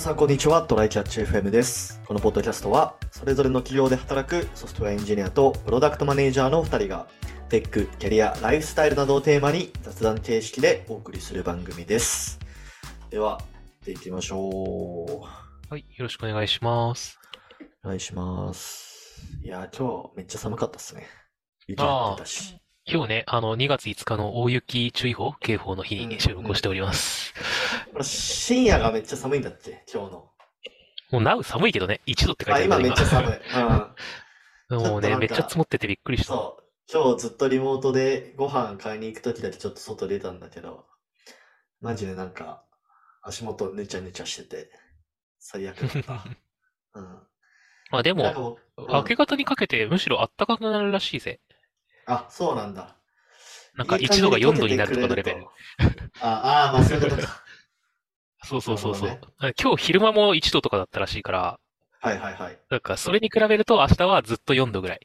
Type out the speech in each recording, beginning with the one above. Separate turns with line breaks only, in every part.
さんこんにちは、トライキャッチ FM です。このポッドキャストは、それぞれの企業で働くソフトウェアエンジニアとプロダクトマネージャーの2人が、テック、キャリア、ライフスタイルなどをテーマに雑談形式でお送りする番組です。では、やっていきましょう。
はい、よろしくお願いします。
お願いします。いやー、今日めっちゃ寒かったっすね。雪降ってたし。
今日ね、あの、2月5日の大雪注意報、警報の日に収録をしております。
これ深夜がめっちゃ寒いんだって、今日の。
もう、なう寒いけどね、1度って書い
あ、
てある
今
ね
めっちゃ寒い。 うん。
今も
ちょっと
うね、
なんか
めっちゃ積もっててびっくりした。
そう。今日ずっとリモートでご飯買いに行くときだけちょっと外出たんだけど、マジでなんか足元ぬちゃぬちゃしてて、最悪だった。うん。
まあで
なんか
も、
もう、
明け方にかけてむしろ暖かくなるらしいぜ。
あ、そうなんだ。
なんか
いい
1度が4
感じ
度になるとかの
溶け
レ
て
ベ
くれ
ル。
ると。ああー、まあそういうことか。
そうそうそうそう
なる。
今日昼間も1度とかだったらしいから、
はいはいはい。
なんかそれに比べると明日はずっと4度ぐらい。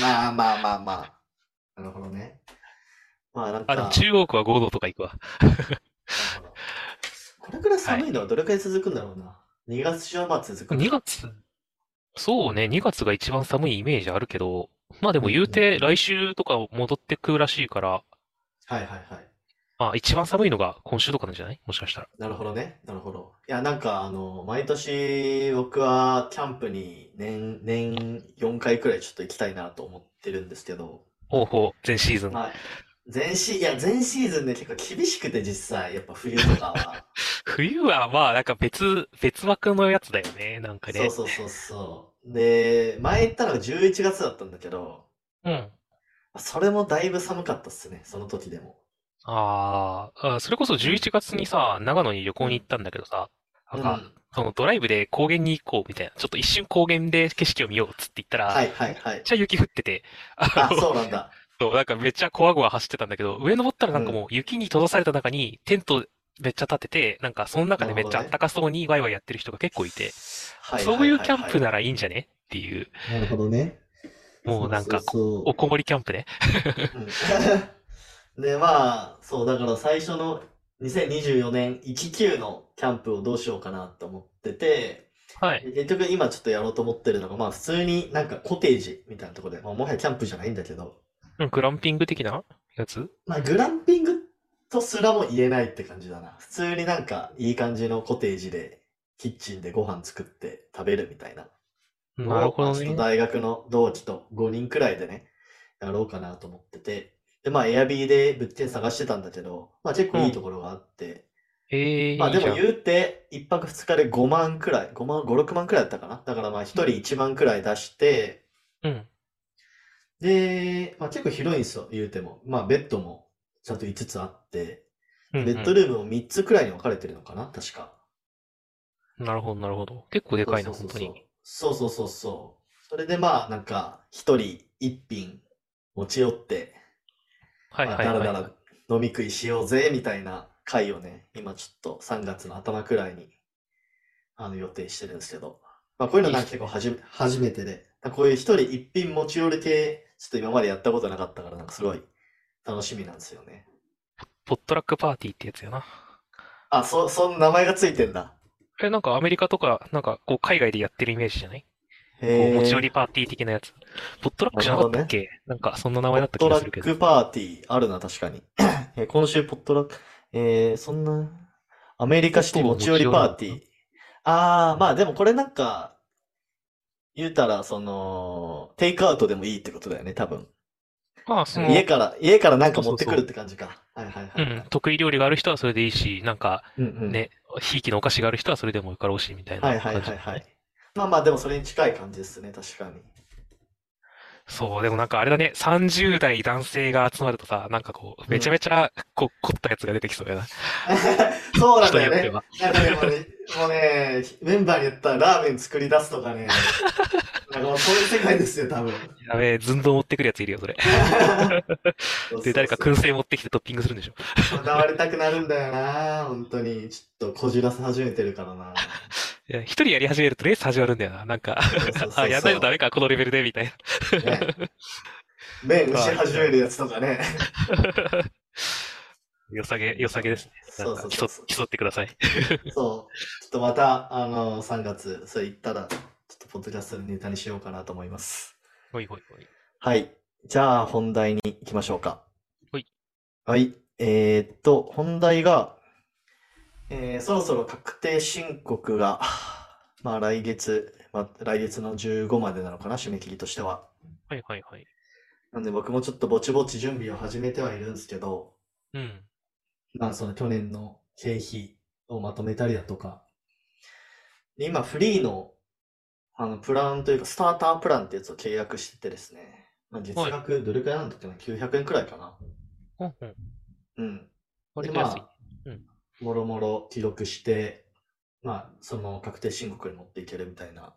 まあまあまあまあ。なるほどね。まあなん
あ、でも
か、
中央区は5度とか行くわ。
なるほどこれくらい寒いのはどれくらい続くんだろうな。2月上は続くの
2月、そうね、2月が一番寒いイメージあるけど、まあでも言うて来週とか戻ってくらしいから、
はいはいはい。
まあ一番寒いのが今週とかなんじゃないもしかしたら。
なるほどね。なるほど。いや、なんか、あの、毎年僕はキャンプに年、年4回くらいちょっと行きたいなと思ってるんですけど、
ほうほう、全シーズン。
まあ、前シー、いや、前シーズンね、結構厳しくて実際、やっぱ冬と かは。
冬はまあなんか別、別枠のやつだよね、なんか
そう
ね。
そうそうそう。で、前行ったのが11月だったんだけど、
うん。
それもだいぶ寒かったっすね、その時でも。
あーあ、それこそ11月にさ、長野に旅行に行ったんだけどさ、なん
う
か、
ん
そのドライブで高原に行こうみたいな、ちょっと一瞬高原で景色を見ようっつって言ったら、
は
めっ
いはいはい。
ちゃ雪降ってて、あ
あ、
の、
そうなんだ。
そう、なんかめっちゃこわごわ走ってたんだけど、上登ったらなんかもう雪に閉ざされた中にテントめっちゃ立てて、なんかその中でめっちゃあったかそうにワイワイやってる人が結構いて、
はいはい
そういうキャン
はい
プならいいんじゃねっていう、
はい。なるほどね。
もうなん
そうそ
か
うそう
おこもりキャンプね。
うん で、まあ、そう、だから最初の2024年19のキャンプをどうしようかなと思ってて、
はい。
結局今ちょっとやろうと思ってるのが、まあ普通になんかコテージみたいなところで、まあもはやキャンプじゃないんだけど、
うんグランピング的なやつ
まあグランピングとすらも言えないって感じだな。普通になんかいい感じのコテージで、キッチンでご飯作って食べるみたいな。
なるほど
まあちょっ
ね
と。大学の同期と5人くらいでね、やろうかなと思ってて。で、まあ、エアビーで物件探してたんだけど、まあ結構いいところがあって。
ええ
まあで
いいじゃ
も
ん。
言うて、1泊2日で5万くらい、5万、5、6万くらいだったかな。だからまあ1人1万くらい出して、
うん。
で、まあ結構広いんですよ、言うても。まあベッドもちゃんと5つあって、
うんうん
ベッドルームも3つくらいに分かれてるのかな、確か。
なるほど、なるほど。結構でかいな、
そう
本
そ
当
う
に。
そうそうそうそうそう。それでまあ、なんか、一人一品持ち寄って、
はい
まあ
はい
だら
は
だ
い。
ら飲み食いしようぜ、みたいな回をね、今ちょっと3月の頭くらいに、あの、予定してるんですけど。まあ、こういうのなんか結構はじめ、初めてで、こういう一人一品持ち寄る系、ちょっと今までやったことなかったから、なんかすごい楽しみなんですよね。
ポットラックパーティーってやつやな。
あ、そ、その名前がついてんだ。
え、なんかアメリカとか、なんかこう海外でやってるイメージじゃないこう
へ
持
ー
ち寄りパーティー的なやつ。ポットラックじゃなかったっけなんかそんな名前だった
ポ
気
ッ
が
ト
するけ
ラッ
ど。
クパーティーあるな、確かに。 えー今週、ポットラック、えーそんな、アメリカシティ持ち寄りパーティー。ああ、まあでもこれなんか、言うたら、その、テイクアウトでもいいってことだよね、多分。
まあ、その、
家から、家からなんか持ってく
そうそうそ
る
う
って感じか。はいはいは
う
い
ん
は、い。
得意料理がある人はそれでいいし、なんか
うんうん。
ね、ひいきのお菓子がある人はそれでもよかろうし、みたい
は
ない
はい
感
は
じ
いはい。まあまあ、でもそれに近い感じですね、確かに。
そう、でもなんかあれだね、30代男性が集まるとさ、なんかこう、めちゃめちゃ、こ、凝ったやつが出てきそうやな。
そうなん
人
だよ
によって
ね。
は。
いやでもね、もうね、メンバーに言ったらラーメン作り出すとか ね、なんかもうそういう世界ですよ、多分。
やべえ、寸胴持ってくるやついるよ、それ。で、誰か
ん
燻製持ってきてトッピングするんでしょ。
こだわりたくなるんだよな、本当に。ちょっとこじらせ始めてるから な。
いや一人やり始めるとレース始まるんだよな。なんか、あ、やんないとダメか、このレベルで、みたいな。
メ。ね、麺蒸し始めるやつとかね。
良さげ、良さげですね。な
そ
ん
う
か
そう
競
そう
っ
そう。
競ってください。
そう。ちょっとまた、あの、3月、それ行ったら、ちょっとポッドキャストのネタにしようかなと思います。
ほいほいほい。
はい。じゃあ、本題に行きましょうか。
ほい。
はい。えーっと、本題が、えーそろそろ確定申告が、 まあ、来月、まあ、来月の15までなのかな、締め切りとしては。
はいはいはい。
なんで、僕もちょっとぼちぼち準備を始めてはいるんですけど、
うん。
まあ、その去年の経費をまとめたりだとか。で今、フリーの、あの、プランというか、スタータープランってやつを契約しててですね。まあ、月
はい
額どれくらいなんだっけな ?900 円くらいかな。
ほんほん。
うん。
割
で、
と安い。
まあ
うん、
もろもろ記録して、まあ、その確定申告に持っていけるみたいな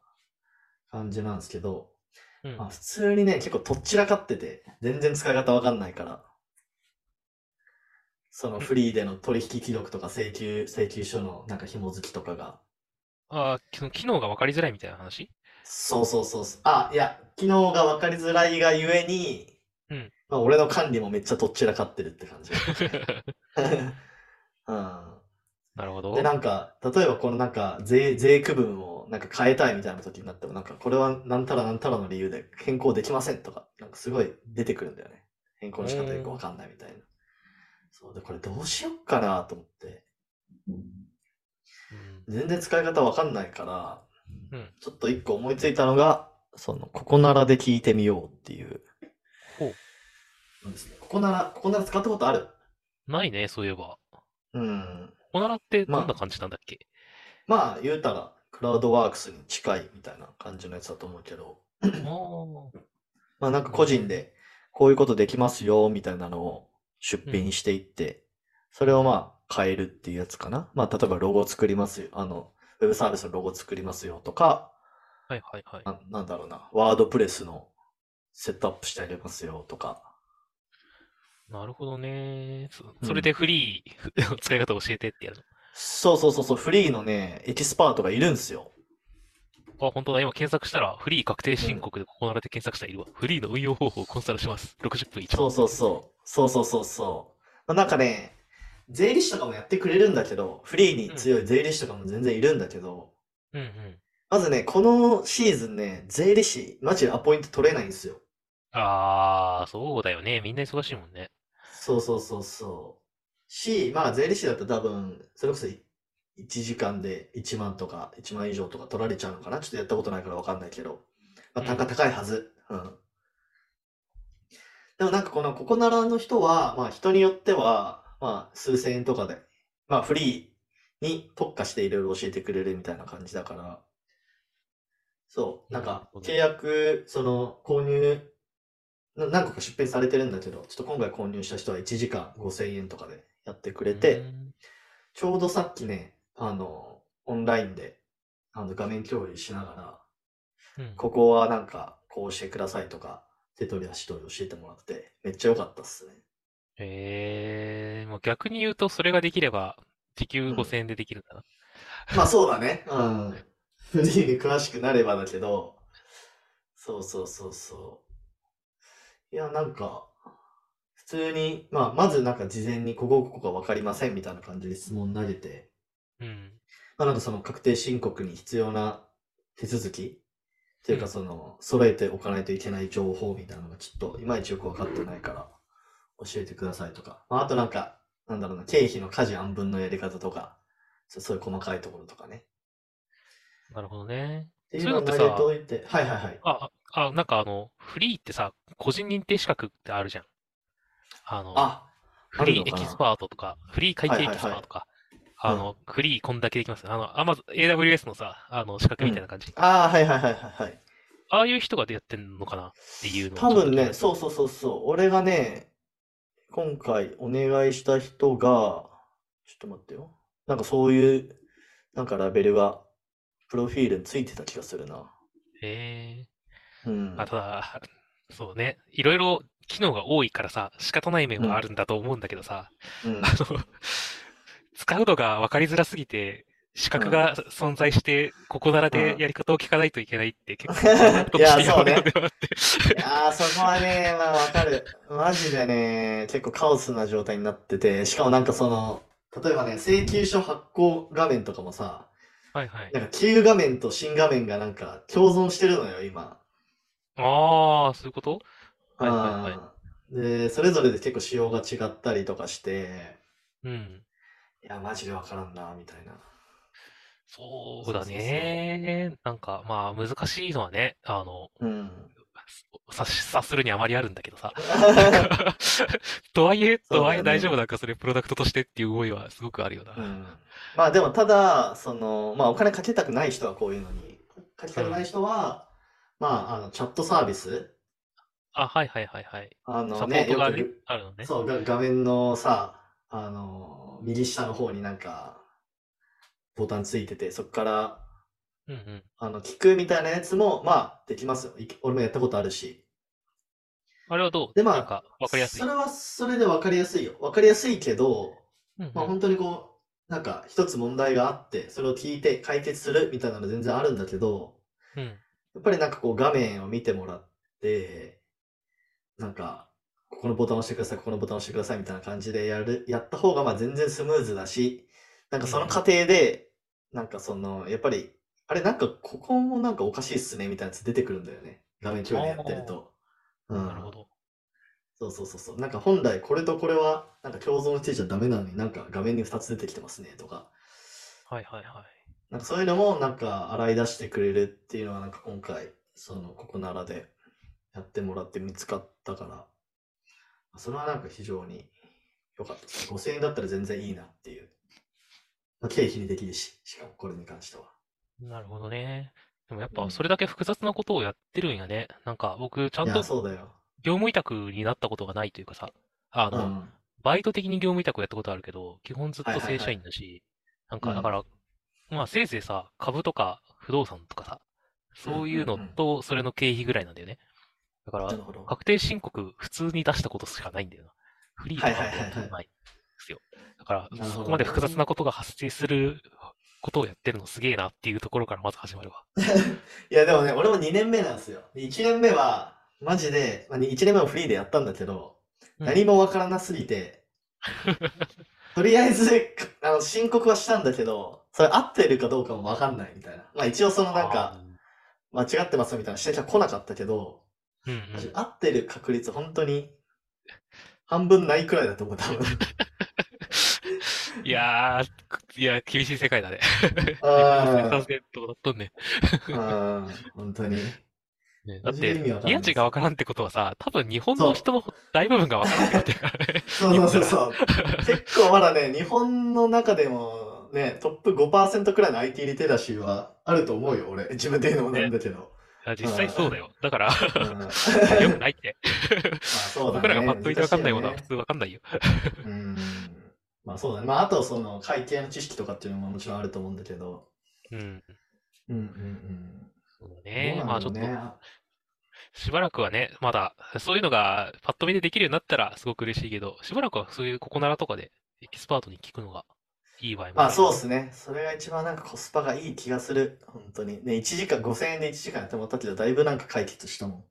感じなんですけど、
うん
まあ、普通にね、結構とっちらかってて、全然使い方わかんないから、そのフリーでの取引記録とか請求、請求書のなんか紐付きとかが、
ああ、その機能が分かりづらいみたいな話
そうそうそうそう、あ、いや、機能がわかりづらいがゆえに、
うん
まあ、俺の管理もめっちゃとっちらかってるって感 じ。 う
なるほ
ん、
ど。
で、なんか、例えばこのなんか税、税区分をなんか変えたいみたいな時になっても、なんかこれはなんたらなんたらの理由で変更できませんとか、なんかすごい出てくるんだよね。変更の仕方よくわかんないみたいな。そう、で、これどうしよっかなと思って。
うん
全然使い方わかんないから、
うん
ちょっと一個思いついたのが、その、ここならで聞いてみようっていう。
ほう
なんですね。ここなら、ここなら使ったことある
ないね、そういえば。
うん。
おならって
まあ
どんな感じなんだっけ
まあ、言うたら、クラウドワークスに近いみたいな感じのやつだと思うけど、
あー
まあなんか個人で、こういうことできますよ、みたいなのを出品していって、それをまあ変えるっていうやつかな。まあ例えばロゴ作りますよ、あの、ウェブサービスのロゴ作りますよとか、
はいはいはい。
ななんだろうな、ワードプレスのセットアップしてあげますよとか、
なるほどね。そ
うん
それでフリー 使い方教えてってやる
そうそうそうそう、フリーのね、エキスパートがいるんですよ。
の。あ、本当だ。今検索したら、フリー確定申告でここならで検索したらいるわ。フリーの運用方法をコンサルします。60分1
そう
万。
そうそう。そうそうそうそう。まあなんかね、税理士とかもやってくれるんだけど、フリーに強い税理士とかも全然いるんだけど、
うんうん。
まずね、このシーズンね、税理士、マジでアポイント取れないんですよ。
ああ、そうだよね。みんな忙しいもんね。
そうそうそうそう。し、まあ税理士だと多分、それこそ1時間で1万とか1万以上とか取られちゃうのかな。ちょっとやったことないからわかんないけど。まあ単価
うん
高いはず。うん。でもなんかこのここならの人は、まあ人によっては、まあ数千円とかで、まあフリーに特化していろいろ教えてくれるみたいな感じだから。そう、なん
なる
か
ほど
契約、その購入な何個か出品されてるんだけど、ちょっと今回購入した人は1時間5000円とかでやってくれて、
うん
ちょうどさっきね、あの、オンラインで、あの、画面共有しながら、
うん
ここはなんか、こうしてくださいとか、手取り足取り教えてもらって、めっちゃ良かったっすね。
えー、もう逆に言うと、それができれば、時給
うん
5000円でできるんだな。
まあそうだね。うん。フリーに詳しくなればだけど、そうそうそうそう。いや、なんか、普通に、まあ、まずなんか事前にここここがわかりませんみたいな感じで質問投げて、
うん。
まあなんかその確定申告に必要な手続きという
う
か
ん
その揃えておかないといけない情報みたいなのがちょっといまいちよくわかってないから教えてくださいとか、まあ、あとなんか、なんだろうな、経費の家事案分のやり方とか、そそういう細かいところとかね。
なるほどね。
ってい
そうういう
の
の
を
って
投
さ
げといて、はいはいはい。
あ、あ、なんかあの、フリーってさ、個人認定資格ってあるじゃん。あの、
あ、
フリーエ
あるのかな
キスパートとか、フリー会計エキスパートとか、
はいはい
あの、フリーこんだけできます。あの、アマゾン、AWS のさ、あの、資格みたいな感じ。
ああ、はいはいはいはいはい。
ああいう人がやってんのかなっていうのを
多分ね、
ち
そ
ょっと
うそうそうそう。俺がね、今回お願いした人が、ちょっと待ってよ。なんかそういう、なんかラベルが、プロフィールについてた気がするな。
気になる。え
うん
ー。。あ、ただ、そうね、いろいろ機能が多いからさ、仕方ない面はあるんだと思うんだけどさ、
うん
あの、使うのが分かりづらすぎて、資格が存在して、ここならで
うん
やり方を聞かないといけないって 結構、
いや、そうね。
って。
いやー、そこはね、まあわかる。マジでね、結構カオスな状態になってて、しかもなんかその、例えばね、請求書発行画面とかもさ、
はいはい。
なんか旧画面と新画面がなんか共存してるのよ、今。
ああ、そういうことはいはいはい。
うんで、それぞれで結構仕様が違ったりとかして、
うん。
いや、マジでわからんな、みたいな。
そうだね。なんか、まあ、難しいのはね、あの、
うん。
察察するにあまりあるんだけ どさ。とはいえ、とはいえ
そうだよね
大丈夫なんか、それプロダクトとしてっていう思いはすごくあるよな。
うん まあでもただその、まあ、お金かけたくない人はこういうのにかけたくない人は、まあ、あのチャットサービス
あ、はいはいはいはい。
あ
サポ
の、
ー
ね、
トが
よ
ね
く
あるのね。
そうが画面のさあの右下の方になんかボタンついててそこから
うんうん。
あの聞くみたいなやつもまあできますよい俺もやったことあるし
あれはどう
でまあ
なんか、わかりやすい。
それはそれで分かりやすいよ分かりやすいけど
うんうん
まあ、本当にこうなんか一つ問題があってそれを聞いて解決するみたいなの全然あるんだけど
うん。
やっぱりなんかこう画面を見てもらってなんかここのボタンを押してくださいここのボタンを押してくださいみたいな感じでやるやった方がまあ全然スムーズだしなんかその過程でなんかそのやっぱりあれなんかここもなんかおかしいっすねみたいなやつ出てくるんだよね画面共有でやってると。うん
なるほど。
そうそうそうそう。なんか本来これとこれはなんか共存してちゃダメなのになんか画面に2つ出てきてますねとか、
はいはいはい。
なんかそういうのもなんか洗い出してくれるっていうのはなんか今回、そのここならでやってもらって見つかったから、それはなんか非常に良かったです。5000円だったら全然いいなっていう。まあ、経費にできるし、しかもこれに関しては。
なるほどね。でもやっ
う
ぱ
ん
それだけ複雑なことをやってるんやね。なんか僕ちゃん
い
と
や、そうだよ。
業務委託になったことがないというかさ、あ
う
の、
ん。
バイト的に業務委託をやったことあるけど、基本ずっ
は
と
いはいはい
正社員だし、なん
う
か
ん
だから、まあせいぜいさ、株とか不動産とかさ、そういうのとそれの経費ぐらいなんだよね。だか
な
ら
る、ほど。
確定申告普通に出したことしかないんだよな。フリーとか
はいはいはいはい
本当にないですよ。だか
な
ら、
るほど
そこまで複雑なことが発生することをやってるのすげえなっていうところからまず始まるわ。
いやでもね、俺も2年目なんですよ。1年目は、マジで、まあ、1年目もフリーでやったんだけど、
うん
何もわからなすぎて、とりあえずあの申告はしたんだけど、それ合ってるかどうかもわかんないみたいな。まあ一応そのなんか、間違ってますみたいな指摘は来なかったけど、
うんうん、
合ってる確率本当に半分ないくらいだと思う、多分。
いやー、いや、厳しい世界だね。
あ
セントだったね。
あ、本当に。
ねだ
マ
っ
ジで意味わか
て
ん、ない
家賃がわからんってことはさ、多分日本の人の大部分がわからんってことやから ね。
そうそうそうそう。結構まだね、日本の中でもね、トップ5%くらいの IT リテラシーはあると思うよ、俺。自分で言うのもなんだけ ど。
いや実際そうだよ。だから、
うんまあ
よくな いって。
そうだね。
僕らがパッと見てわかんないものは
難
普
し
通わかんないよ。
いよねうん。まあそうだね。まああとその会計の知識とかっていうのももちろんあると思うんだけど。
うん。
うんうんうん。
そう
どうなん
ね。
だ
まあち
ろ
ょ
う
っと、
ね。
しばらくはね、まだ、そういうのがパッと見でできるようになったらすごく嬉しいけど、しばらくはそういうここならとかでエキスパートに聞くのがいい場合も
まあそう
う
ですね。それが一番なんかコスパがいい気がする。本当に。ね、1時間5000円で1時間やってもらったけど、だいぶなんか解決したも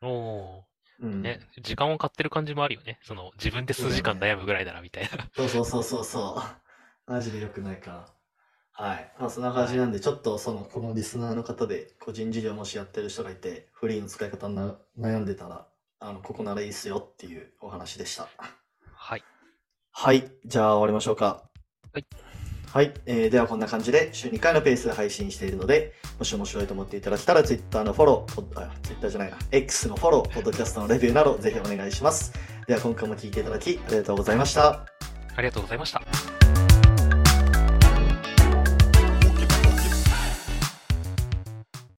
お
ん。うん。
ーね、時間を買ってる感じもあるよね。その、自分で数時間悩むぐらいならみたいな。
そうそうそうそうそう。マジで良くないから。はい。まあそんな感じなんで、ちょっとその、このリスナーの方で、個人事業もしやってる人がいて、フリーの使い方な悩んでたら、あの、ここならいいっすよっていうお話でした。
はい。
はい。じゃあ終わりましょうか。
はい。
はい。えーではこんな感じで、週2回のペースで配信しているので、もし面白いと思っていただけたら、Twitter のフォロー、ポッあ、Twitter じゃないな、X のフォロー、ポッドキャストのレビューなど、ぜひお願いします。では今回も聞いていただき、ありがとうございました。
ありがとうございました。